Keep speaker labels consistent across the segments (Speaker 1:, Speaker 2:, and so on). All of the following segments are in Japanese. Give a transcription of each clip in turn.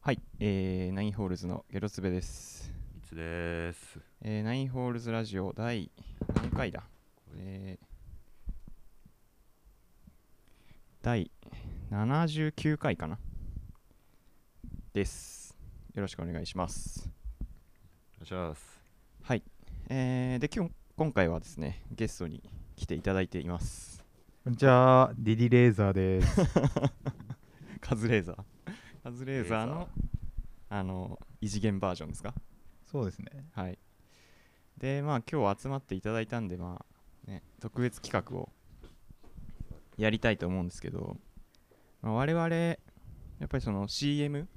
Speaker 1: はい、えー、ナインホールズのゲロツベです。
Speaker 2: いつです。
Speaker 1: えー、ナインホールズラジオ第何回だえー、第79回かなです。よろしくお願いします。
Speaker 2: お願いします。
Speaker 1: はい、えー、で、今日、今回はですね、ゲストに来ていただいています。
Speaker 3: こんにちは、ディディレーザーです。
Speaker 1: カズレーザー。カズレーザー
Speaker 2: レー
Speaker 1: の
Speaker 2: ザ、
Speaker 1: あの、異次元バージョンですか
Speaker 3: そうですね。
Speaker 1: はい。で、まあ今日集まっていただいたんで、まあね、特別企画をやりたいと思うんですけど、まあ、我々、やっぱりその CM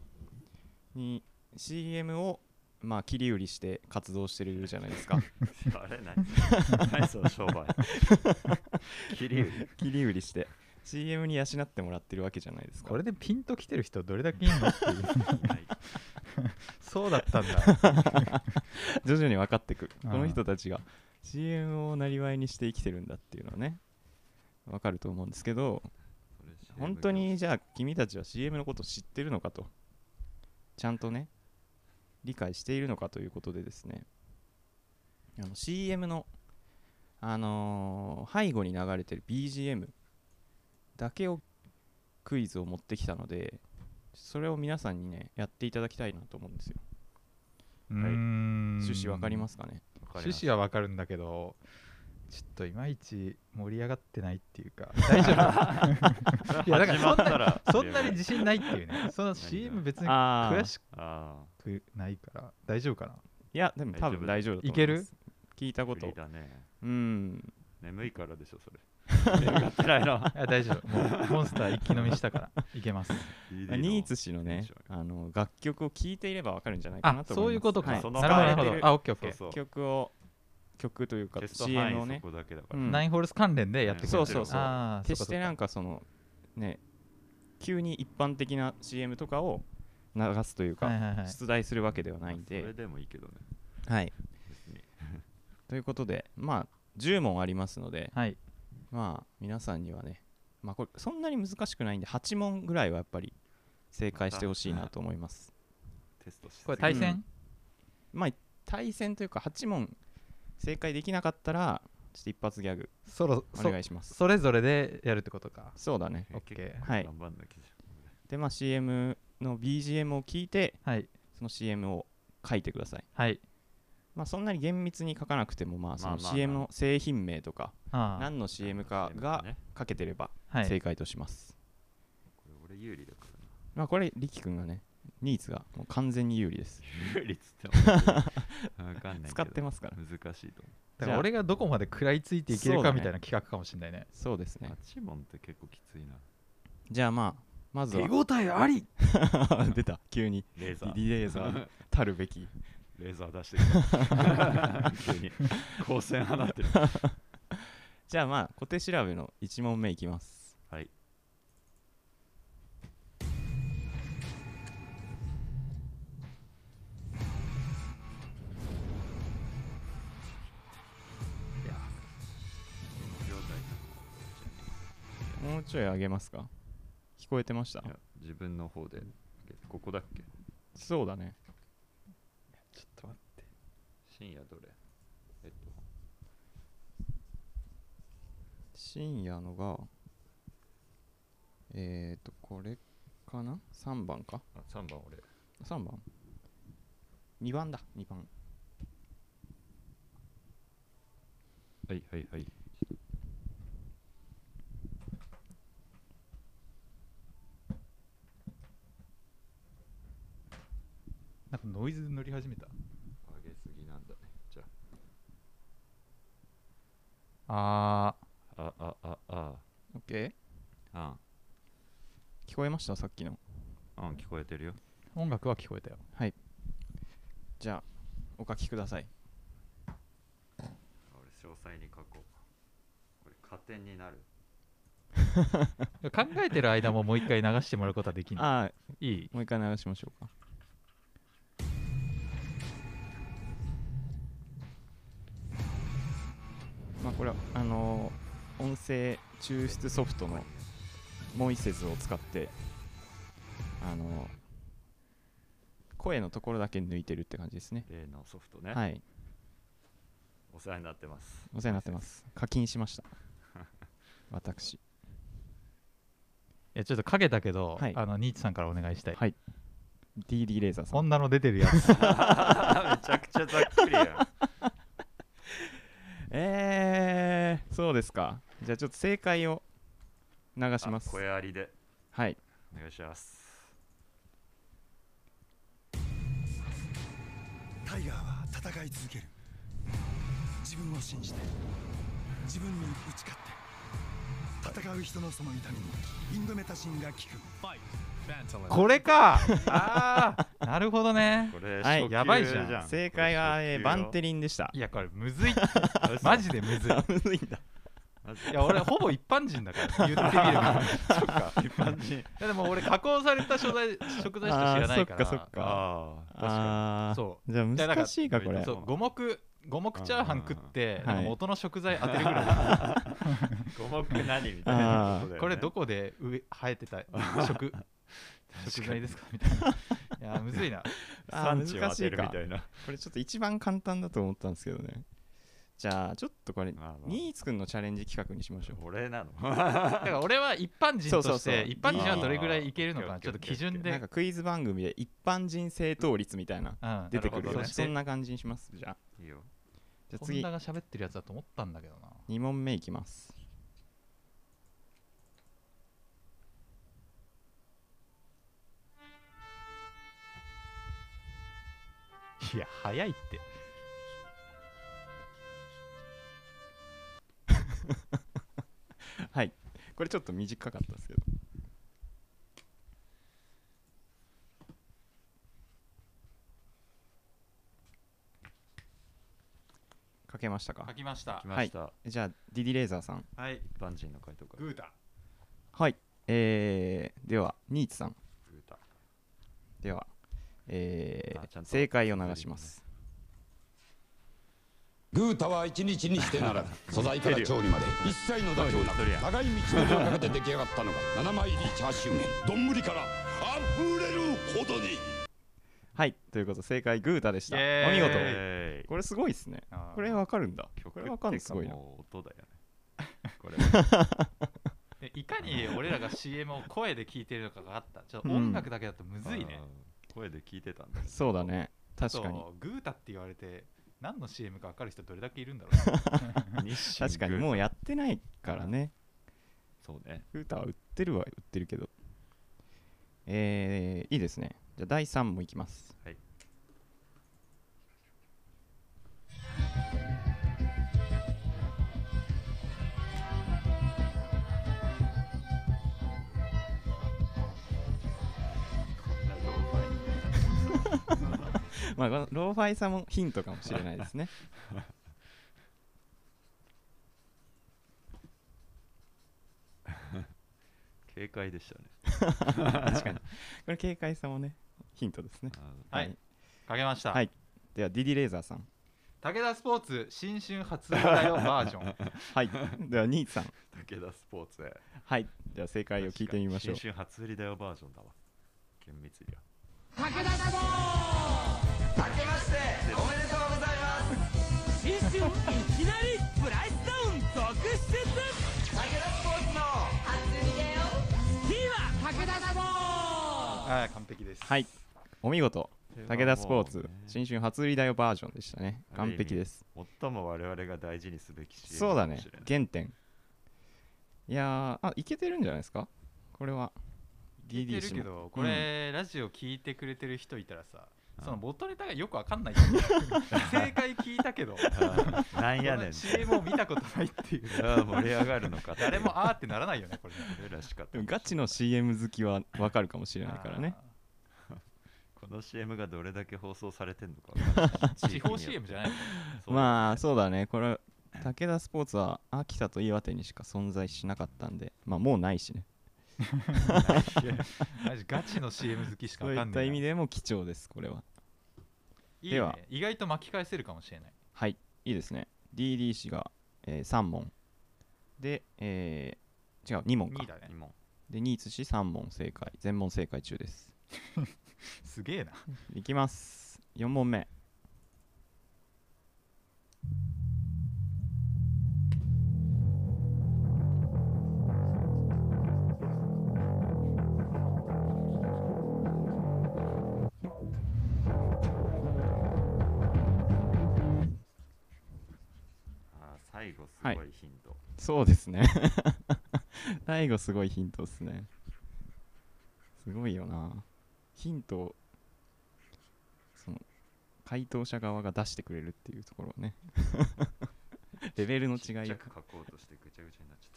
Speaker 1: に、CM をまあ切り売りして活動してるじゃないですか。
Speaker 2: あれ何何その商 売。切り売り。
Speaker 1: 切り売りして。CM に養ってもらってるわけじゃないですか。
Speaker 3: これでピンときてる人どれだけいるのって いう。
Speaker 2: はい
Speaker 3: そうだったんだ。
Speaker 1: 徐々に分かってくる
Speaker 3: あ
Speaker 1: こ
Speaker 3: ー
Speaker 1: の人たちが CM をなりわいにして生きてるんだっていうのはね分かると思うんですけど
Speaker 2: それ CM
Speaker 1: 本当にじゃあ君たちは CM のこと知ってるのかとちゃんとね理解しているのかということでですねあの CM の、あのー背後に流れてる BGM だけをクイズを持ってきたのでそれを皆さんにねやっていただきたいなと思うんですよ
Speaker 3: 趣。
Speaker 1: 趣旨わかりますすかね
Speaker 2: わかりま
Speaker 3: 趣
Speaker 2: す
Speaker 3: 旨はわかるんだけど、ちょっといまいち盛り上がってないっていう か、大丈夫いや、だから
Speaker 2: 始ま
Speaker 3: そ
Speaker 2: っ
Speaker 3: んな
Speaker 2: たら
Speaker 3: そんなに自信ないっていう ね。その CM 別に
Speaker 1: あ
Speaker 3: 悔し
Speaker 2: あ
Speaker 3: くないから、大丈夫かな。
Speaker 1: いや、でも多
Speaker 2: 大丈
Speaker 1: 分
Speaker 2: 夫
Speaker 1: 大丈夫だと思います。
Speaker 3: いける
Speaker 1: 聞いた
Speaker 2: あ。
Speaker 1: こ
Speaker 2: 振
Speaker 1: と
Speaker 2: り。だね。
Speaker 1: うん。
Speaker 2: 眠いからでしょそれ。眠ってない な。
Speaker 3: いや大丈夫。もうモンスター一気飲みしたから、いけます。
Speaker 1: ニーツ氏の
Speaker 2: テン
Speaker 1: ね
Speaker 2: ション、
Speaker 1: あの楽曲を聴いていればわかるんじゃないか
Speaker 3: あ
Speaker 1: な、と思います。
Speaker 3: そういうことか。
Speaker 1: は
Speaker 3: ないる
Speaker 2: そ
Speaker 3: ほ
Speaker 2: の
Speaker 3: ど、な
Speaker 2: 範囲
Speaker 3: るほど。あ、オッケーオッケー。
Speaker 2: そう
Speaker 1: 曲を、曲というか
Speaker 2: テ、スト範
Speaker 1: CM を
Speaker 2: 囲
Speaker 1: ね
Speaker 2: そ、こだけだから。
Speaker 1: うん
Speaker 3: ナインホールス関連でやってくれる
Speaker 1: そうそうそう
Speaker 3: あー
Speaker 1: 決してなん
Speaker 3: か
Speaker 1: かその、ね、急に一般的な CM とかを流すという
Speaker 3: はい
Speaker 1: か、
Speaker 3: はいはい
Speaker 1: 出題するわけではないん
Speaker 2: それ
Speaker 1: で。
Speaker 2: でもいいけどね。
Speaker 1: はい。
Speaker 2: 別に
Speaker 1: ということで、まあ、10問ありますので、
Speaker 3: はい
Speaker 1: まあ、皆さんにはね、まあ、これ、そんなに難しくないんで、8問ぐらいはやっぱり正解してほしいなと思います。
Speaker 2: テストして。
Speaker 3: これ対
Speaker 1: う
Speaker 3: 戦
Speaker 1: ん、まあ対戦というか8問正解できなかったらちょっと一発ギャグ
Speaker 3: そろ
Speaker 1: お
Speaker 3: そ
Speaker 1: 願いします
Speaker 3: それぞれでやるってことか
Speaker 1: そうだね
Speaker 3: オッケ
Speaker 1: はい
Speaker 2: 頑張んなきゃじ
Speaker 1: でまあ CM の BGM を聞いて
Speaker 3: はい
Speaker 1: その CM を書いてください
Speaker 3: はい
Speaker 1: まあそんなに厳密に書かなくてもまあそ
Speaker 2: ま
Speaker 1: の
Speaker 2: あまあ
Speaker 1: CM の製品名とか
Speaker 3: あ
Speaker 1: 何の
Speaker 2: ゃん
Speaker 1: CM か
Speaker 2: CM
Speaker 1: が
Speaker 2: ね
Speaker 1: 書けてれば
Speaker 3: あはい
Speaker 1: 正解とします
Speaker 2: これ俺有利だからな。
Speaker 1: まあこれ力君がねニーズがもう完全に有利です
Speaker 2: 有利っつっても分かんないけど。
Speaker 1: 使ってますから
Speaker 2: 難しいと思う。
Speaker 1: じゃ
Speaker 3: だか
Speaker 1: あ
Speaker 3: ら俺がどこまで食らいついていける
Speaker 1: そうだ
Speaker 3: か
Speaker 1: ね
Speaker 3: みたいな企画かもしれないね
Speaker 1: そうですね
Speaker 2: 8問って結構きついな。
Speaker 1: じゃあまあまずは
Speaker 3: 応えあり
Speaker 1: 出た急に
Speaker 2: レーザー。
Speaker 1: リレーザーたるべき
Speaker 2: レーザー出してきた。 急に。光線放ってる。
Speaker 1: じゃあまあ小手調べの1問目いきます
Speaker 2: はい。秒
Speaker 1: もうちょい上げますか聞こえてました
Speaker 2: 台いや自分の方で。ここだっけ
Speaker 1: そうだね
Speaker 3: ちょっと待って
Speaker 2: 深夜どれえっと。
Speaker 1: 深夜のがえっ、ー、とこれかな3番か
Speaker 2: あ、3番俺。
Speaker 1: 3番2番だ2番
Speaker 2: はいはいはい。
Speaker 3: なんかノイズ乗り始めた
Speaker 2: 上げすぎなんだね。じゃ
Speaker 3: あ
Speaker 2: あ、あ、あ、あ、
Speaker 1: OK
Speaker 2: あ、
Speaker 1: 聞こえましたさっきの
Speaker 2: あ、うん、聞こえてるよ。
Speaker 3: ー音楽は聞こえたよ
Speaker 1: はいじゃあお書きください
Speaker 2: 俺、詳細に書こう。これ、加点になる。
Speaker 3: 考えてる間ももう一回流してもらうことはできな
Speaker 1: ああ
Speaker 3: いいい
Speaker 1: もう一回流しましょうかまあこれはあのー音声抽出ソフトのモイセズを使ってあのー声のところだけ抜いてるって感じですね。
Speaker 2: 例のソフトね、
Speaker 1: はい、
Speaker 2: お世話になってます
Speaker 1: お世話になって ます。課金しま した。私。
Speaker 3: やちょっとかけたけど、
Speaker 1: はい
Speaker 3: あのニーチさんからお願いしたい、
Speaker 1: はい DD レーザーさん。
Speaker 3: 女の出てる やつ
Speaker 2: めちゃくちゃざっくりやん
Speaker 1: えー、そうですか。じゃあちょっと正解を流します
Speaker 2: あ。声ありで
Speaker 1: はい。
Speaker 2: お願いします
Speaker 4: タイガーは戦い続ける自分を信じて自分に打ち勝って戦う人のその痛みにインドメタシンが効く
Speaker 5: Fight. Phantalon.
Speaker 3: これか あーなるほどね
Speaker 2: これ、
Speaker 1: はい
Speaker 2: 初級
Speaker 3: やばいじゃん
Speaker 1: 正解は、えーバンテリンでした
Speaker 3: い。やこれむ ずいマジでむずい
Speaker 1: あむずいんだ。
Speaker 2: マジ
Speaker 3: いや俺ほぼ一般人 だから言ってみればそっか
Speaker 2: 一般人
Speaker 3: いやでも俺加工された食材食材しか知らないか
Speaker 1: あーそっか
Speaker 3: ら
Speaker 1: そっか
Speaker 2: ああ
Speaker 3: 確かに
Speaker 1: あー
Speaker 3: そ
Speaker 1: じゃあ
Speaker 3: やなんか
Speaker 1: 難しいか、こ
Speaker 2: う
Speaker 1: れ
Speaker 2: ん
Speaker 3: そ。う五目五目チャーハン食って
Speaker 1: うん
Speaker 3: なんか元の食材当てるぐらい、
Speaker 2: 五目何みたいなことだよね
Speaker 3: これどこで植え生え てた食食材ですかみたいないやむずいな
Speaker 1: あ
Speaker 2: 産
Speaker 1: ー
Speaker 2: 地を当てるみ
Speaker 1: 難しい
Speaker 2: たいな
Speaker 1: これちょっと一番簡単だと思ったんですけどね。じゃあ、ちょっとこれ、
Speaker 2: まあまあ
Speaker 1: ニーツくんのチャレンジ企画にしましょう。
Speaker 2: 俺なの
Speaker 3: だから俺は一般人として
Speaker 1: そうそうそう
Speaker 3: 一般人はどれぐらいいけるの
Speaker 2: あ
Speaker 3: か
Speaker 2: ー
Speaker 3: ちょっと基準で
Speaker 1: なんかクイズ番組で一般人正答率みたいな
Speaker 3: うん
Speaker 1: 出てく
Speaker 3: な
Speaker 1: る
Speaker 3: ほ
Speaker 1: よ
Speaker 3: ど
Speaker 1: ね
Speaker 3: ね
Speaker 1: そんな感じにしますじゃあ
Speaker 2: いいよ
Speaker 1: じゃあ
Speaker 3: 本
Speaker 1: 次
Speaker 3: 田が喋ってるやつだと思ったんだけどな
Speaker 1: 2問目いきます
Speaker 3: いや早いって
Speaker 1: はいこれちょっと短かったですけど書けましたか
Speaker 3: 書きました
Speaker 2: 来ました、
Speaker 1: じゃあディディレーザーさん
Speaker 3: はい
Speaker 2: 一般人の回答か
Speaker 5: グータ。
Speaker 1: はいえー、ではニーツさん
Speaker 2: グータ
Speaker 1: ではえ
Speaker 2: あちゃん
Speaker 1: ー、
Speaker 2: と
Speaker 1: 正解を流します
Speaker 6: グータは一日にしてな らず素材から調理まで一切の妥協なく長い道のりをかけて出来上がったのが7枚入りチャーシュー麺丼からあふれるほどに
Speaker 1: はいということで正解グータでした
Speaker 3: イエーイ
Speaker 1: お見事
Speaker 2: え
Speaker 1: これすごいですね
Speaker 3: あー
Speaker 1: これわかるんだ
Speaker 2: ー
Speaker 1: これわかんのすごいな
Speaker 2: もう音だよね これ
Speaker 3: でいかに俺らが CM を声で聞いてるのかがあったちょっと音楽だけだとむずいね、
Speaker 2: あー声で聞いてたんだけど
Speaker 1: そうだね確
Speaker 3: そう
Speaker 1: かに
Speaker 3: グータって言われて何の CM か分かる人どれだけいるんだ ろうね
Speaker 2: 日清
Speaker 1: 確かに
Speaker 2: グー
Speaker 1: もうやってないからね
Speaker 2: そうね
Speaker 1: フータは売ってるは売ってるけどえー、いいですねじゃあ第3問いきます
Speaker 2: はい
Speaker 1: まあこのローファイさもヒントかもしれないですね
Speaker 2: 警戒でしたね
Speaker 1: 確かにこれ警戒さもねヒントですね
Speaker 2: あ
Speaker 3: はいかけました、
Speaker 1: はいではディディレーザーさん
Speaker 3: 武田スポーツ新春発売だよバージョ ン
Speaker 1: はいではニーツさん
Speaker 2: ー武田スポーツへ
Speaker 1: はいでは正解を聞いてみましょう
Speaker 2: 新春初売りだよバージョンだわ厳密には
Speaker 7: 新春いきなりプライスダウン続出武田スポーツの初見だよ T は武田スポーツ
Speaker 3: はい完璧です
Speaker 1: はいお見事武田スポー
Speaker 2: これ
Speaker 1: ツ
Speaker 2: はもうね
Speaker 1: 新春初売りだよバージョンでしたね
Speaker 2: ある
Speaker 1: 完
Speaker 2: 意味
Speaker 1: 璧です
Speaker 2: 最も我々が大事にすべき CM
Speaker 1: そうだ
Speaker 2: かも
Speaker 1: ね
Speaker 2: しれない
Speaker 1: 原点いやーあいけてるんじゃないですかこれは
Speaker 3: 聞いてる
Speaker 1: DD
Speaker 3: け
Speaker 1: 氏も
Speaker 3: どこれ、ラジオ聞いてくれてる人いたらさ
Speaker 2: うん
Speaker 3: その元ネタがよくわかんないっ ていう正解聞いたけど
Speaker 2: あーなんやねん
Speaker 3: こ の CM を見たことないっていう
Speaker 2: あー盛り上がるのかっていう
Speaker 3: 誰もあーってならないよねこれね
Speaker 2: 俺らしかった
Speaker 1: でもガチの CM 好きは分かるかもしれないからね
Speaker 2: この CM がどれだけ放送されてんのかわかん ない
Speaker 3: あー地方 CM じゃない
Speaker 2: あ
Speaker 1: まあそうだねこれ武田スポーツは秋田と岩手にしか存在しなかったんでまあもうないしね
Speaker 3: マジガチの CM 好きしか
Speaker 1: そう
Speaker 3: わ
Speaker 1: い
Speaker 3: か
Speaker 1: っ
Speaker 3: ん
Speaker 1: た
Speaker 3: ない
Speaker 1: 意味
Speaker 3: い
Speaker 1: でも貴重ですこれはいで
Speaker 3: ね
Speaker 1: は
Speaker 3: 意外と巻き返せるかもしれない
Speaker 1: はいいいですね DD 氏が、え3問で、えー違う2問か
Speaker 3: 2だね
Speaker 2: 今
Speaker 1: でニーツ氏3問正解全問正解中です
Speaker 3: すげえな。
Speaker 1: いきます4問目
Speaker 2: あー最後す
Speaker 1: はい
Speaker 2: ごいヒント、
Speaker 1: そうですね 大悟すごいヒントっすねすごいよなヒントをその回答者側が出してくれるっていうところはねレベルの違
Speaker 2: ちっ
Speaker 1: い
Speaker 2: ち
Speaker 1: が
Speaker 2: ゃく書こうとしてぐちゃぐちゃになっちゃっ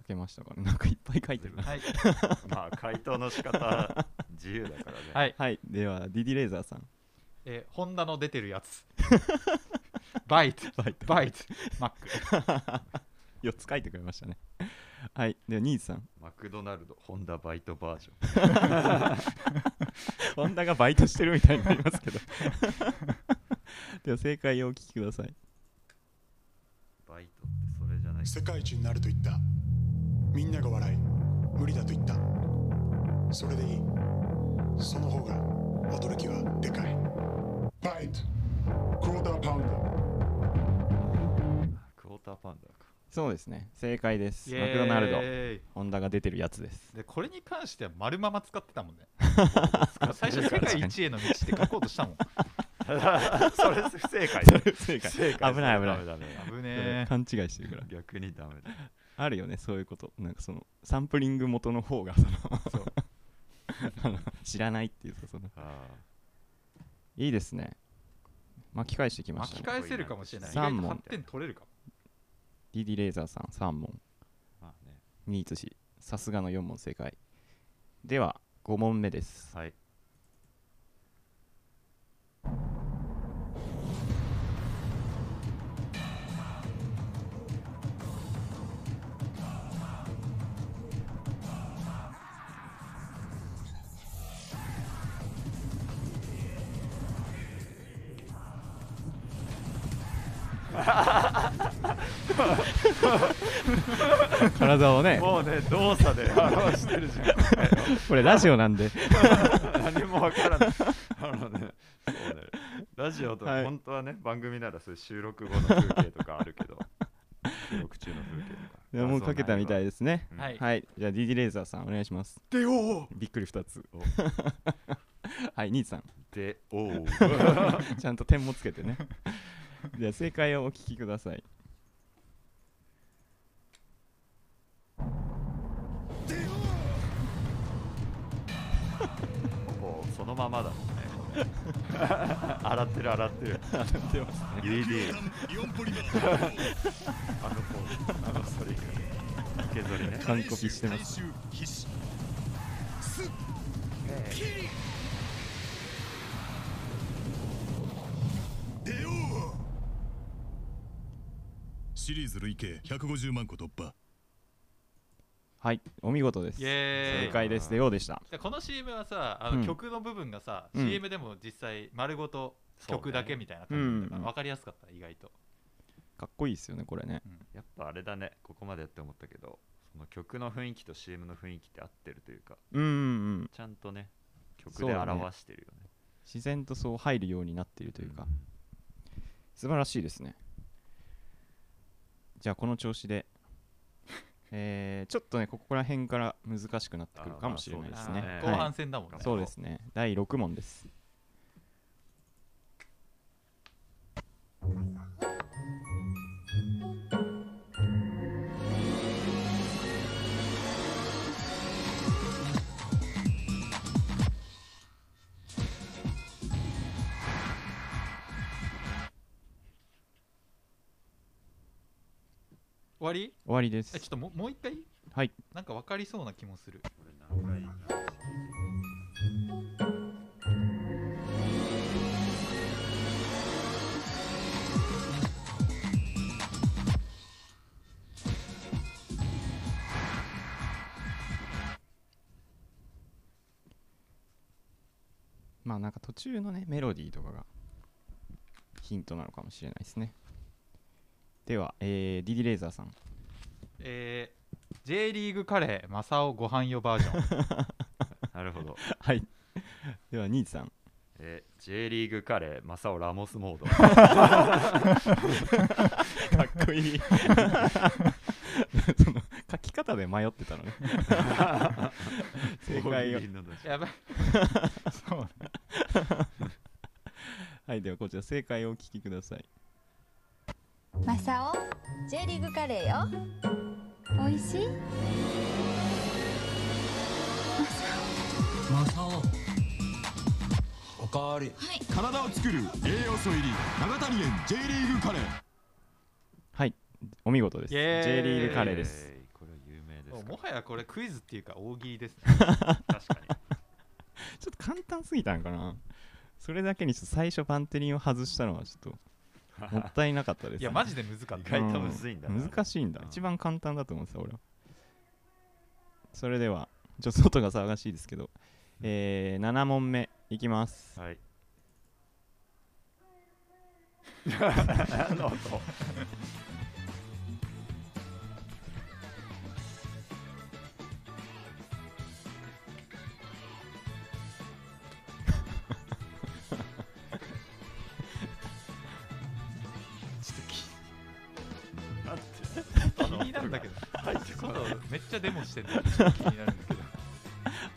Speaker 1: 書けましたかねなんかいっぱい書いてるな
Speaker 3: はい。
Speaker 2: たまあ回答の仕方自由だからね、
Speaker 3: はい。
Speaker 1: はいでは DD レーザーさん
Speaker 3: えーホンダの出てるやつ。 バイト。
Speaker 1: バイト
Speaker 3: バイト。マック。
Speaker 1: 4つ書いてくれましたねはいではニーズさん
Speaker 2: マクドナルドホンダバイトバージョン
Speaker 1: ホンダがバイトしてるみたいになります けどでは正解をお聞きください
Speaker 2: バイトってそれじゃない
Speaker 4: 世界一になると言ったみんなが笑い無理だと言ったそれでいいその方が驚きはでかいバイトクォーターパウンド
Speaker 2: クォーターパウンダーか
Speaker 1: そうですね正解です マクドナルド
Speaker 3: イエーイ
Speaker 1: ホンダが出てるやつです
Speaker 3: でこれに関しては丸まま使ってたもんね最初世界一への道って書こう としたもん
Speaker 2: それ不正解 だ
Speaker 1: 正
Speaker 2: 不正解
Speaker 1: 危ない危ない
Speaker 2: それダメだね
Speaker 3: 危ねえ
Speaker 1: 勘違いしてるから
Speaker 2: 逆にダメだ
Speaker 1: あるよねそういうことなんかそのサンプリング元の方がそのあの 知らないっていうかその
Speaker 2: あー
Speaker 1: いいですね巻き返してきまし
Speaker 3: 巻
Speaker 1: た
Speaker 3: き
Speaker 1: ね
Speaker 3: 返せるかもしれない意
Speaker 1: 三
Speaker 3: 外
Speaker 1: 問
Speaker 3: と8点取れるかも
Speaker 1: DD レーザーさん3問
Speaker 2: まあね
Speaker 1: ニーツ氏さすがの4問正解では5問目です
Speaker 2: はい
Speaker 1: 体をね
Speaker 2: もうね動作で表してるじゃん
Speaker 1: これラジオなんで
Speaker 2: 何もわからない。あのね、そうねラジオとか、
Speaker 1: はい
Speaker 2: 本当はね、番組ならそういう収録後の風景とかあるけど、収録中の風景とか。
Speaker 1: いや もうかけたみたい
Speaker 2: で
Speaker 1: ですね
Speaker 2: うん
Speaker 3: はい
Speaker 1: はいじゃあ DD レーザーさんお願いします
Speaker 4: でおお
Speaker 1: びっくり2つ はいニーツさん
Speaker 2: す。で、おう。
Speaker 1: ちゃんと点もつけてね。じゃあ正解をお聞きください。
Speaker 2: もうそのままだもんね。洗ってる洗ってる。洗ってます、ね。UD、
Speaker 4: 4ポリ目
Speaker 2: あのポーズ、あのそれ以外。受け取りね。
Speaker 1: 完コピしてます。
Speaker 4: 回収必死すっきり出ようシリーズ累計150万個突破
Speaker 1: はい、お見事です。
Speaker 3: イエ
Speaker 1: 正
Speaker 3: ーイ
Speaker 1: 解です。でようでした。
Speaker 3: でこの CM はさあの、
Speaker 1: うん
Speaker 3: 曲の部分がさ、
Speaker 1: うん
Speaker 3: CM でも実際丸ごと曲だけみたいな
Speaker 1: そう
Speaker 3: 感
Speaker 1: ね
Speaker 3: じだから
Speaker 1: うん
Speaker 3: 分かりやすかった意外と
Speaker 1: かっこいいですよね、これね。
Speaker 2: やっぱあれだね、ここまでやって思ったけど、その曲の雰囲気と CM の雰囲気って合ってるというか、
Speaker 1: うんうんうん。
Speaker 2: ちゃんとね、曲
Speaker 1: そう
Speaker 2: で
Speaker 1: だね
Speaker 2: 表してるよね。
Speaker 1: 自然とそう入るようになっているというか、素晴らしいですね。じゃあこの調子で、えー、ちょっとね、ここら辺から難しくなってくるかもしれないですね
Speaker 2: あーまあ。
Speaker 3: 後
Speaker 1: はい
Speaker 3: 半戦だもんね、
Speaker 1: そうですね。第6問です。
Speaker 3: 終わり
Speaker 1: 終わりで
Speaker 3: えちょっ
Speaker 1: す。
Speaker 3: とももう一回
Speaker 1: はい。
Speaker 3: なんか分かりそうな気もする
Speaker 1: まあなんか途中のねメロディーとかがヒントなのかもしれないですねでは、えー、ディディレーザーさん
Speaker 3: えー J リーグカレーマサオご飯よバー ジョン
Speaker 2: なるほど。
Speaker 1: はい ではニーチさん
Speaker 2: えー J リーグカレー、マサオ・ラモスモード。
Speaker 1: かっこ いいその書き方で迷ってたのね 正解を
Speaker 2: 大喜利のどじ
Speaker 3: やばいそうね
Speaker 1: はいではこちら正解をお聞きください
Speaker 5: マサオ J リーグカレーよ美味しい
Speaker 7: マサオ
Speaker 8: おかわり
Speaker 6: 体を作る栄養素入り長谷園 J リーグカレー
Speaker 1: はいお見事です
Speaker 3: イエーイ
Speaker 1: J リーグカレーです
Speaker 2: えーこれは有名で
Speaker 3: もう
Speaker 2: す
Speaker 3: も
Speaker 2: か
Speaker 3: はやこれクイズっていうか大喜利ですね
Speaker 2: ら。確かに。
Speaker 1: ちょっと簡単すぎたんかなそれだけにちょっと最初パンテリンを外したのはちょっ ともったいなかったです、ね、
Speaker 3: いやマジで難かっ
Speaker 2: 意
Speaker 3: た
Speaker 2: 外とむずいんだな。
Speaker 1: う難しいんだ
Speaker 2: うん
Speaker 1: 一番簡単だと思ってた俺はそれではちょっと外が騒がしいですけど、えー、7問目いきます
Speaker 2: はい。
Speaker 3: 気になるんだけど外めっちゃデモしてるの気になるんだけど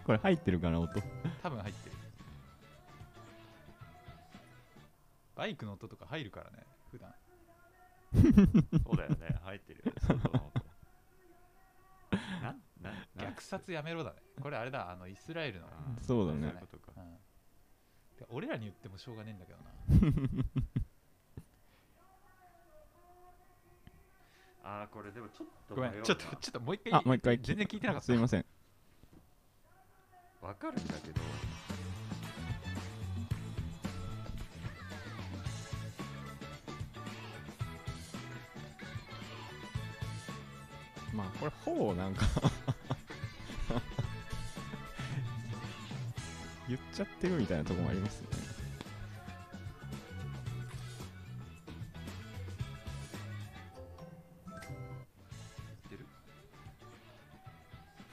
Speaker 1: これ入ってるかな音
Speaker 3: 多分入ってるバイクの音とか入るからね普段
Speaker 2: そうだよね。入ってるよね。そうそうそうなんなんなん
Speaker 3: 虐殺やめろだねこれあれだあのイスラエルの、
Speaker 2: あー
Speaker 1: そうだ
Speaker 2: そうい
Speaker 1: ね
Speaker 2: うことか
Speaker 3: うんで俺らに言ってもしょうがねえんだけどな
Speaker 2: あーこれでもちょっと
Speaker 3: ごめ
Speaker 2: 迷うんな
Speaker 3: ちょっとちょっともう一回
Speaker 1: あもう一回
Speaker 3: 全然聞いてなかった
Speaker 1: すいません
Speaker 2: わかるんだけど
Speaker 1: まあこれほぼなんか 言っちゃってるみたいなとこもありますね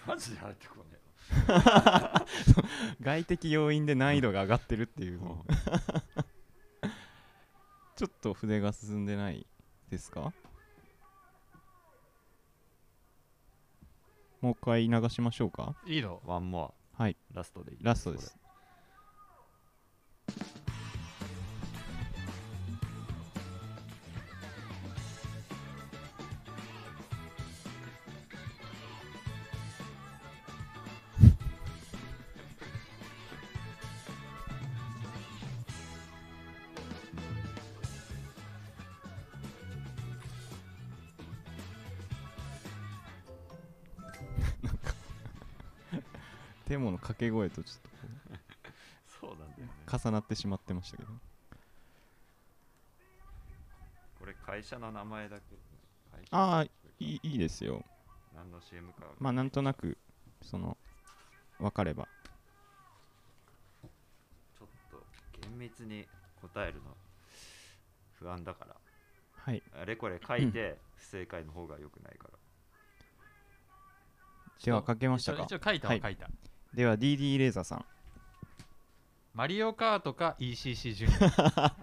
Speaker 2: マジで入ってこねえ
Speaker 1: 外的要因で難易度が上がってるっていう、 ちょっと筆が進んでないですかもう一回流しましょうか
Speaker 3: いいの
Speaker 2: ワンモ
Speaker 1: はい
Speaker 2: アラストでいい
Speaker 1: ラストです テモの掛け声とちょっと
Speaker 2: そうなんだよね
Speaker 1: 重なってしまってましたけど
Speaker 2: これ会社の名前だけ会社
Speaker 1: ああいいいいですよ
Speaker 2: 何の CM か
Speaker 1: まあなんとなくその分かれば
Speaker 2: ちょっと厳密に答えるの不安だか
Speaker 1: はい
Speaker 2: らあれこれ書いて不正解の方が良くないから
Speaker 1: では書けました
Speaker 3: 一応
Speaker 1: か
Speaker 3: 一応書いたは書いた、
Speaker 1: では DD レーザーさん
Speaker 3: マリオカートか ECC ジュニア
Speaker 1: っ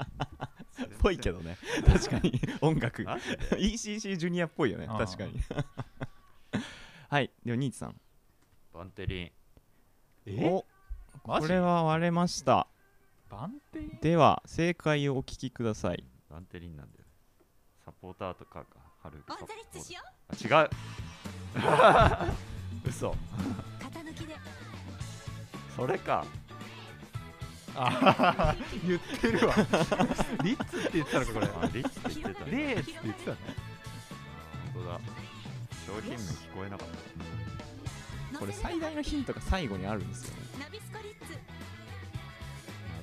Speaker 1: ぽいけどね確かに音楽
Speaker 2: マジ
Speaker 1: ECC ジュニアっぽいよね
Speaker 3: あー
Speaker 1: 確かにはいではニーツさん
Speaker 2: バンテリン
Speaker 1: お
Speaker 3: マ
Speaker 1: こ
Speaker 3: ジ
Speaker 1: れは割れました
Speaker 3: バンテリン
Speaker 1: では正解をお聞きください
Speaker 2: バンテリンなんだよねサポーターとかか春
Speaker 5: オンザレッツしよ
Speaker 2: あ 違う嘘
Speaker 5: う型抜きで
Speaker 2: それか
Speaker 3: 言ってるわリッツって言ってたのかこれ
Speaker 2: あリッチって言ってた
Speaker 3: レースって言ってたね
Speaker 2: あ本当だ商品名聞こえなかった
Speaker 1: これ最大のヒントが最後にあるんですよね
Speaker 5: ナビスコリッツ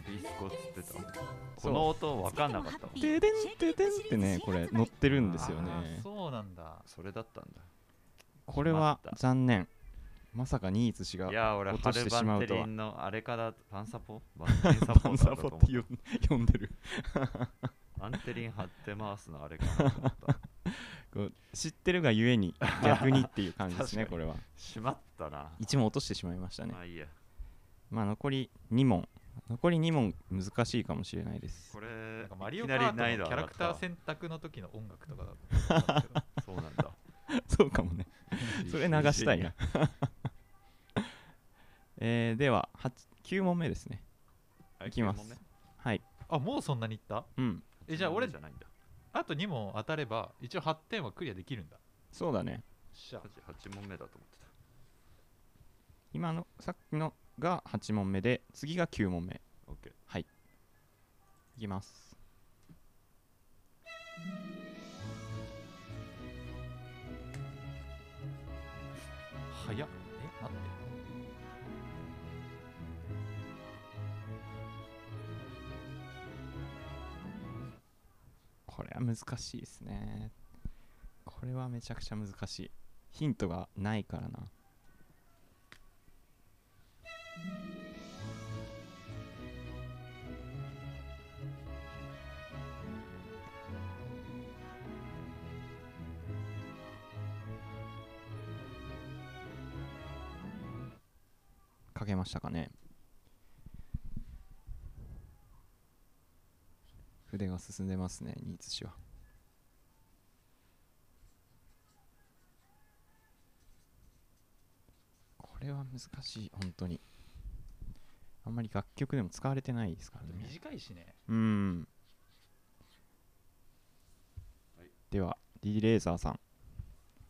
Speaker 2: ビスコっつってたこの音分かんなかったわ
Speaker 1: てでんてでんってねこれ乗ってるんですよ
Speaker 3: あー
Speaker 1: ね
Speaker 3: そうなんだ
Speaker 2: それだったんだ
Speaker 1: これは残念まさかニーツ氏が
Speaker 2: いやー俺
Speaker 1: 落と
Speaker 2: 春
Speaker 1: してし
Speaker 2: バ
Speaker 1: ま
Speaker 2: ン
Speaker 1: う
Speaker 2: テ
Speaker 1: とは
Speaker 2: リン のあれからパンサポバンテリンサポ
Speaker 1: パン
Speaker 2: ータ
Speaker 1: サ
Speaker 2: ーだと
Speaker 1: ポ
Speaker 2: 思
Speaker 1: っ
Speaker 2: って
Speaker 1: 呼ん呼んでる
Speaker 2: アンテリン張ってますのあれかなと思った。
Speaker 1: こう知ってるがゆえ に逆にっていう感じですね
Speaker 2: 確
Speaker 1: これは
Speaker 2: しまったな。
Speaker 1: 1問落としてしまいましたね
Speaker 2: まあいいや。
Speaker 1: まあ残り2問残り2問難しいかもしれないです
Speaker 2: これ、
Speaker 3: なんかマリオ
Speaker 2: いき
Speaker 3: カ
Speaker 2: な
Speaker 3: ー
Speaker 2: り
Speaker 3: ト
Speaker 2: 難易
Speaker 3: の
Speaker 2: 度
Speaker 3: キャラクター
Speaker 2: 上
Speaker 3: 選択の時の音楽とかだと思ったんです けど
Speaker 2: がったわそうなんだ。
Speaker 1: そうかもね それ流したい なえーでは9問目ですね
Speaker 2: はい
Speaker 1: きます
Speaker 2: 九問目
Speaker 1: はい
Speaker 3: あもうそんなにいった
Speaker 1: うん
Speaker 3: えじゃあ俺
Speaker 2: じゃないんだ。
Speaker 3: あと2問当たれば一応8点はクリアできるんだ
Speaker 1: そうだね
Speaker 3: しゃ
Speaker 2: 八問目だと思ってた。
Speaker 1: 今のさっきのが8問目で次が9問目
Speaker 2: オッケー。
Speaker 1: いきます
Speaker 3: 早っえ待って
Speaker 1: これは難しいですねこれはめちゃくちゃ難しいヒントがないからなかけましたかね筆が進んでますね新津氏はこれは難しい本当にあんまり楽曲でも使われてないですからね
Speaker 3: 短いしね
Speaker 1: うん、では D レーザーさん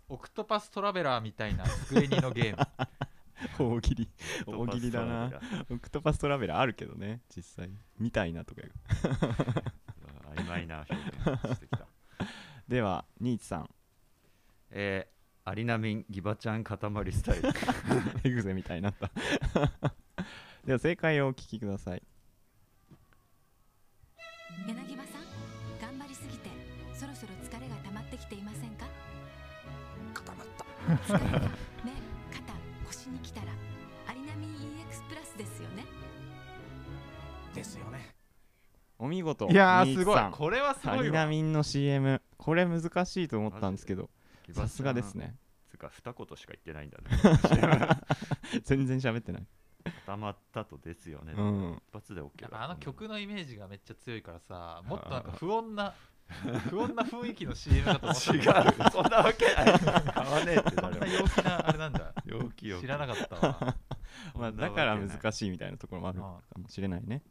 Speaker 3: オクトパストラベラーみたいな机にのゲーム
Speaker 1: 大喜利大喜利だな
Speaker 2: トップストラ
Speaker 1: オクトパストラベラーあるけどね実際みたいなとか
Speaker 2: ベラー。曖昧な表現して きた。
Speaker 1: ではニーツさん
Speaker 2: えー、アリナミンギバちゃん塊スタイル。
Speaker 1: エグゼみたいになった では正解をお聞きください
Speaker 9: 柳葉さん頑張りすぎてそろそろ疲れが溜まってきていませんか
Speaker 8: 固まった
Speaker 9: 疲れが目肩腰に来たらアリナミン EX プラスですよね
Speaker 8: ですよね
Speaker 1: お見事
Speaker 3: い や
Speaker 1: ニ
Speaker 3: ー
Speaker 1: ー
Speaker 3: す
Speaker 1: ツ
Speaker 3: ごい
Speaker 1: さん
Speaker 3: これはす
Speaker 1: ア
Speaker 3: ごい
Speaker 1: リナ
Speaker 3: わ
Speaker 1: ミンの CM これ難しいと思ったんですけど
Speaker 2: ギバちゃん
Speaker 1: さすがです。ね
Speaker 2: つうか、二言しか言ってないんだね。
Speaker 1: 全然喋 ってない
Speaker 2: 固まったとですよね。
Speaker 1: う
Speaker 2: 一
Speaker 1: ん
Speaker 2: 発で OK
Speaker 3: なん
Speaker 2: だ。
Speaker 3: かあの曲のイメージがめっちゃ強いからさもっとなんか不穏な 不穏な雰囲気の CM だと思った
Speaker 2: 違う、そんなわけない。買わねえって
Speaker 3: こ
Speaker 2: なん る
Speaker 3: な。陽気なあれなんだ
Speaker 2: 陽気陽気
Speaker 3: 知らなかったわ
Speaker 1: まあ、だから難しいみたいなところもある
Speaker 3: あ
Speaker 1: かもしれないね。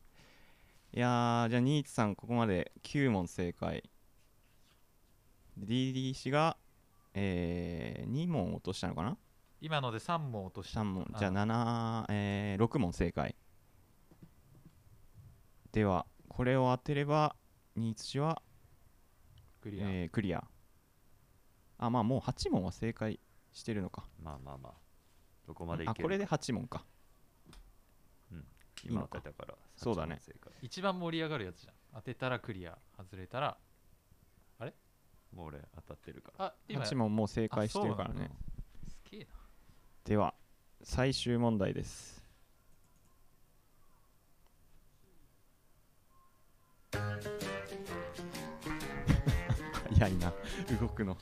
Speaker 1: いやー、じゃあ、ニーツさん、ここまで9問正解。DD 氏が、えー、2問落としたのかな
Speaker 3: 今ので3問落とした
Speaker 1: 3問。じゃあ、
Speaker 3: あ
Speaker 1: 7、えー、6問正解。では、これを当てれば、ニーツ氏は、
Speaker 3: クリア、
Speaker 1: えー、クリア。あ、まあ、もう8問は正解してるのか。
Speaker 2: まあまあまあ。どこまでいけ
Speaker 1: あ、
Speaker 2: るか
Speaker 1: これで8問か。いい
Speaker 2: 今
Speaker 1: の
Speaker 2: 当
Speaker 1: か
Speaker 2: てたから。
Speaker 1: そうだね
Speaker 2: 八問正解。
Speaker 3: 一番盛り上がるやつじゃん当てたらクリア外れたら
Speaker 2: もう俺当たってるから。
Speaker 3: あ今
Speaker 1: 8問もう正解してるから
Speaker 3: あそうな
Speaker 1: ね
Speaker 3: の。すげえな
Speaker 1: では最終問題 です早いな動くの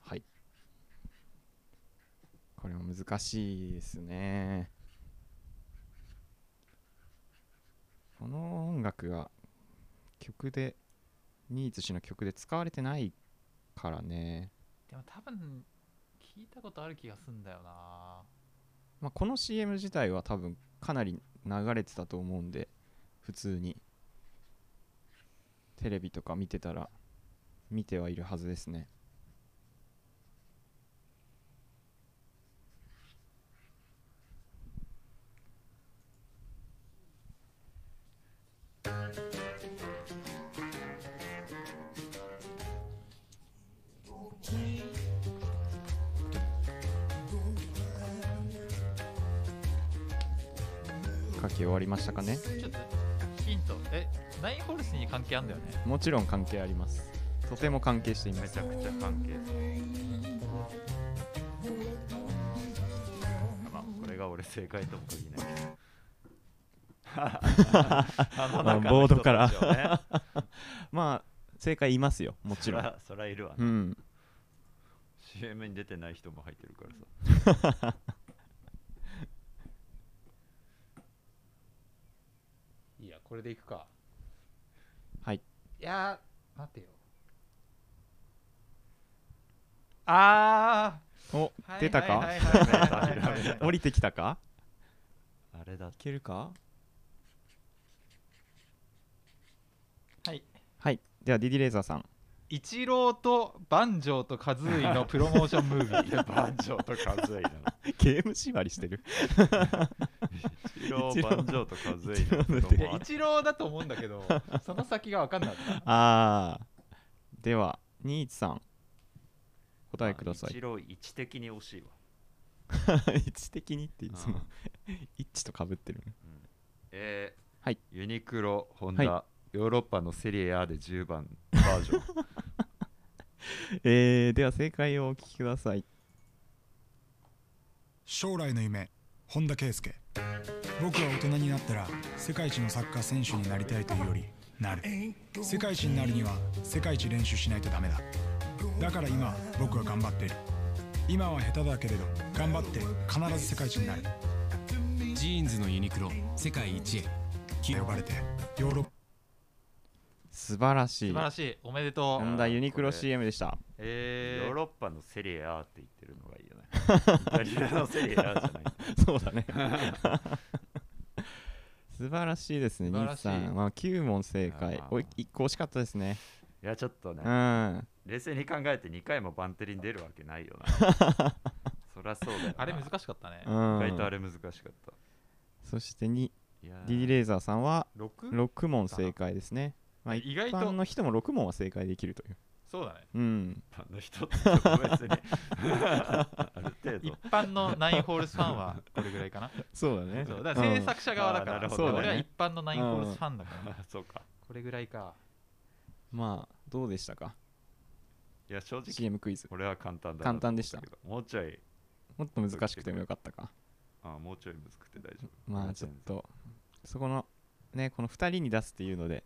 Speaker 1: はいこれも難しいですねこの音楽が曲でニーズ氏の曲で使われてないからね、
Speaker 3: でも多分聞いたことある気がすんだよな
Speaker 1: まあ、この CM 自体は多分かなり流れてたと思うんで普通にテレビとか見てたら見てはいるはずですね書き終わりましたかね
Speaker 3: ちょっとヒントえナインホールスに関係あんだよね
Speaker 1: もちろん関係ありますとても関係していま
Speaker 2: め
Speaker 1: す
Speaker 2: ちゃくちゃ関係まあこれが俺正解とも限らないけど あの中の人たちをね
Speaker 1: ボードから まあ正解いますよもちろ
Speaker 2: そ
Speaker 1: ん
Speaker 2: らそらいるわ
Speaker 1: う
Speaker 2: ね、
Speaker 1: ん
Speaker 2: CM に出てない人も入ってるからさ
Speaker 3: いやこれでいくか
Speaker 1: はい
Speaker 3: いやー待てよあ
Speaker 1: お
Speaker 3: ー
Speaker 1: 出たか
Speaker 3: はいはいはいはい はいはい
Speaker 1: 降りてきたか
Speaker 2: あれだ
Speaker 1: いけるか
Speaker 3: はい
Speaker 1: はいではディディレーザーさん
Speaker 3: イチローとバンジョーとカズーイのプロモーションムービー
Speaker 2: バンジョーとカズエイ な
Speaker 1: ゲーム縛りしてる
Speaker 2: 一応バンジョーとカズエイナ
Speaker 1: 一応
Speaker 2: 子
Speaker 3: い
Speaker 2: 供
Speaker 3: や
Speaker 2: は
Speaker 3: イチローだと思うんだけ どその先が分かんなかった
Speaker 1: ああではニーチさん答えくださ
Speaker 2: 一
Speaker 1: い
Speaker 2: 郎位置的に惜しいわ
Speaker 1: 位置的にっていつも
Speaker 2: うん
Speaker 1: 一致とかぶってる
Speaker 2: えー
Speaker 1: はい
Speaker 2: ユニクロ、ホンダ、
Speaker 1: は
Speaker 2: ヨーロッパのセリエ A で10番バージョン。
Speaker 1: えー、では正解をお聞きください
Speaker 4: 将来の夢本田圭佑僕は大人になったら世界一のサッカー選手になりたいというよりなる世界一になるには世界一練習しないとダメだだから今僕は頑張っている今は下手だけれど頑張って必ず世界一になる
Speaker 10: ジーンズのユニクロ世界一へ
Speaker 4: と呼ばれてヨーロッパ
Speaker 1: 素晴らし
Speaker 3: 素晴
Speaker 1: い
Speaker 3: らしいおめでとう
Speaker 1: 問題ユニクロ CM でした
Speaker 3: え
Speaker 2: ヨー
Speaker 3: ー、
Speaker 2: ロッパのセリエ A って言ってるのがいいよね。 イタリアのセリエ A じゃない。
Speaker 1: そうだ ね素晴らしいですね
Speaker 3: 素晴
Speaker 1: ニ
Speaker 3: ら
Speaker 1: ー
Speaker 3: し
Speaker 1: チ
Speaker 3: い
Speaker 1: さん、まあ、9問正解
Speaker 2: あー
Speaker 1: おい1個惜しかったですね
Speaker 2: いや、ちょっとね
Speaker 1: う、ん
Speaker 2: 冷静に考えて2回もバンテリン出るわけないよ な。そりゃそうだよな。
Speaker 3: あれ難
Speaker 2: 意
Speaker 3: しかったね、
Speaker 1: うん
Speaker 2: 外とあれ難しかった。
Speaker 1: そしてに
Speaker 2: いやー
Speaker 1: ディディレーザーさんは
Speaker 3: 6?
Speaker 1: 6問正解ですねまあ
Speaker 3: 意外
Speaker 1: 一
Speaker 3: と
Speaker 1: 般の人も6問は正解できるという
Speaker 3: そうだね
Speaker 1: うん
Speaker 2: あの人ってとこ 別にある程
Speaker 3: 一
Speaker 2: 度。
Speaker 3: 般のナインホールスファンはこれぐらいかな
Speaker 1: そうだね
Speaker 3: そうだから制作者側だか
Speaker 2: あーなる
Speaker 3: ら、
Speaker 2: ほ
Speaker 1: どね
Speaker 3: 俺は一般のナインホールスファンだから、
Speaker 2: あそうか。
Speaker 3: これぐらいか
Speaker 1: うんまあどうでしたか
Speaker 2: いや、正直、
Speaker 1: CM クイズ
Speaker 2: これは簡単だな
Speaker 1: 簡単でした
Speaker 2: と思たけど。もうちょい、
Speaker 1: もっと難しくてもよかったか
Speaker 2: あもうちょい難くて大丈夫。
Speaker 1: まあちょっとそこのねこの2人に出すっていうので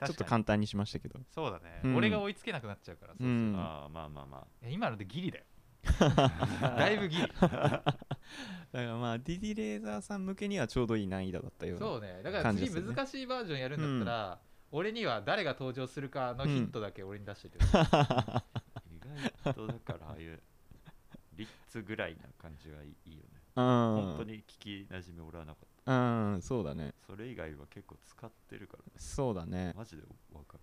Speaker 1: ちょっと
Speaker 3: 確かに
Speaker 1: 簡単にしましたけど
Speaker 3: そうだね、
Speaker 1: うん
Speaker 3: 俺が追いつけなくなっちゃうから
Speaker 1: う
Speaker 3: そうそう、
Speaker 1: ん
Speaker 2: ああまあまあまあ
Speaker 3: いや今のでギ リだよだいぶギリ
Speaker 1: だからまあディディレーザーさん向けにはちょうどいい難易度だったような
Speaker 3: そうねだから
Speaker 1: 感じ
Speaker 3: 次
Speaker 1: ですよね
Speaker 3: 難しいバージョンやるんだったら、俺には誰が登場するかのヒントだけ俺に出し てて、
Speaker 2: 意外とだからああいうリッツぐらいな感じがいいいいよね、本当に聞きなじみ俺はなかっ
Speaker 1: うんうんそうだね
Speaker 2: たそれ以外は結構使ってるから
Speaker 1: そうだね
Speaker 2: マジでわかる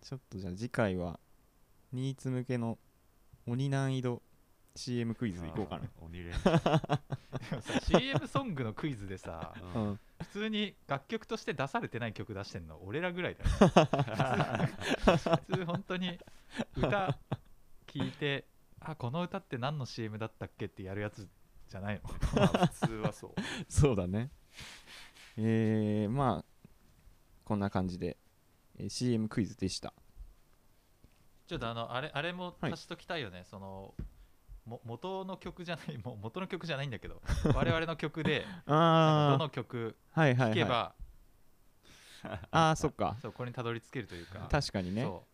Speaker 1: ちょっとじゃあ次回はニーツ向けの鬼難易度 CM クイズいこうか
Speaker 2: あー鬼レン
Speaker 3: CM ソングのクイズでさ
Speaker 1: なうん
Speaker 3: 普通に楽曲として出されてない曲出してんの俺らぐらいだよ、ね、普通 本当に歌聞いてあこの歌って何の CM だったっけってやるやつじゃないの
Speaker 2: 普通はそう
Speaker 1: そうだねえー、まあこんな感じで、えー CM クイズでした
Speaker 3: ちょっとあのあれあれも
Speaker 1: はい
Speaker 3: 足しときたいよね、そのも元の曲じゃないもう元の曲じゃないんだけど 我々の曲でど
Speaker 1: あ
Speaker 3: の曲
Speaker 1: あはいはいは
Speaker 3: 聴
Speaker 1: い
Speaker 3: けば、
Speaker 1: ああそっか
Speaker 3: そうこれにたどり着けるというか
Speaker 1: 確かにねそ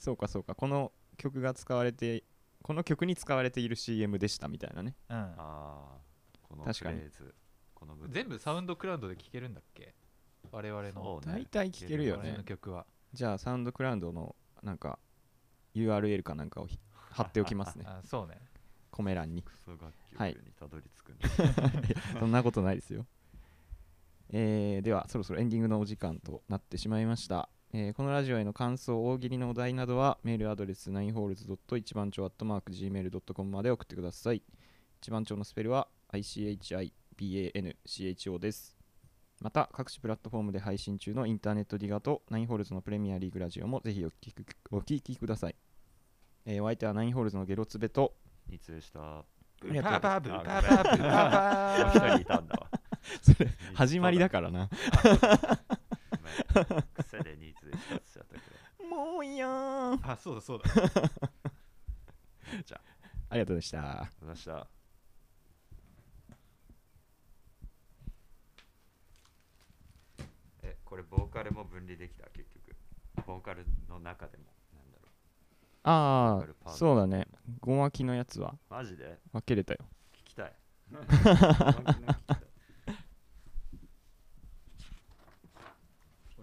Speaker 1: う
Speaker 3: そ
Speaker 1: かそうかこの曲が使われてこの曲に使われている CM でしたみたいなね
Speaker 3: う、うん、
Speaker 2: ああこのフレ
Speaker 1: 確かに
Speaker 2: ーズこの部
Speaker 3: 全部サウンドクラウドで聴けるんだっけ我々
Speaker 2: そ
Speaker 3: の
Speaker 2: うね
Speaker 1: 大体聞ける
Speaker 2: いい
Speaker 1: よ
Speaker 3: 我々
Speaker 1: ね
Speaker 3: の曲は、
Speaker 1: じゃあサウンドクラウドのなんか URL かなんかをひ貼っておきますね
Speaker 3: あそうね
Speaker 1: コメ欄に
Speaker 2: クソ楽
Speaker 1: はい
Speaker 2: 曲にたどり着くん
Speaker 1: そんなことないですよ。えーでは、そろそろエンディングのお時間となってしまいました。えーこのラジオへの感想、大喜利のお題などは、メールアドレス 9holes.1 番町 .gmail.com まで送ってください。一番町のスペルは ICHIBANCHO です。また、各種プラットフォームで配信中のインターネットディガと9ホールズのプレミアリーグラジオもぜひお聞きくお聞きください。えーお相手は9ホールズのゲロツベと、
Speaker 2: に通した
Speaker 1: ありがとうございます
Speaker 2: ブパパブパパブパパ人いたんだわ
Speaker 1: それ始まりだからな
Speaker 2: あそうだごめん癖でニーズで一つしちゃったけ
Speaker 1: もういやーん
Speaker 3: あそうだそうだ
Speaker 2: どじゃあ
Speaker 1: ありがとうございました
Speaker 2: ありがとうございましたえこれボーカルも分離できた結局ボーカルの中でもなんだろ
Speaker 1: あ
Speaker 2: わかるパ
Speaker 1: あ
Speaker 2: ート
Speaker 1: そうだねゴマキのやつは
Speaker 2: うマジで
Speaker 1: 分けれたよ
Speaker 2: 聞きたい本気の聞きたい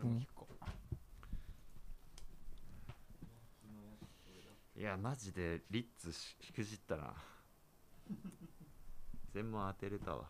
Speaker 1: も聞
Speaker 2: いやマジでリッツししくじったな全問当てれたわ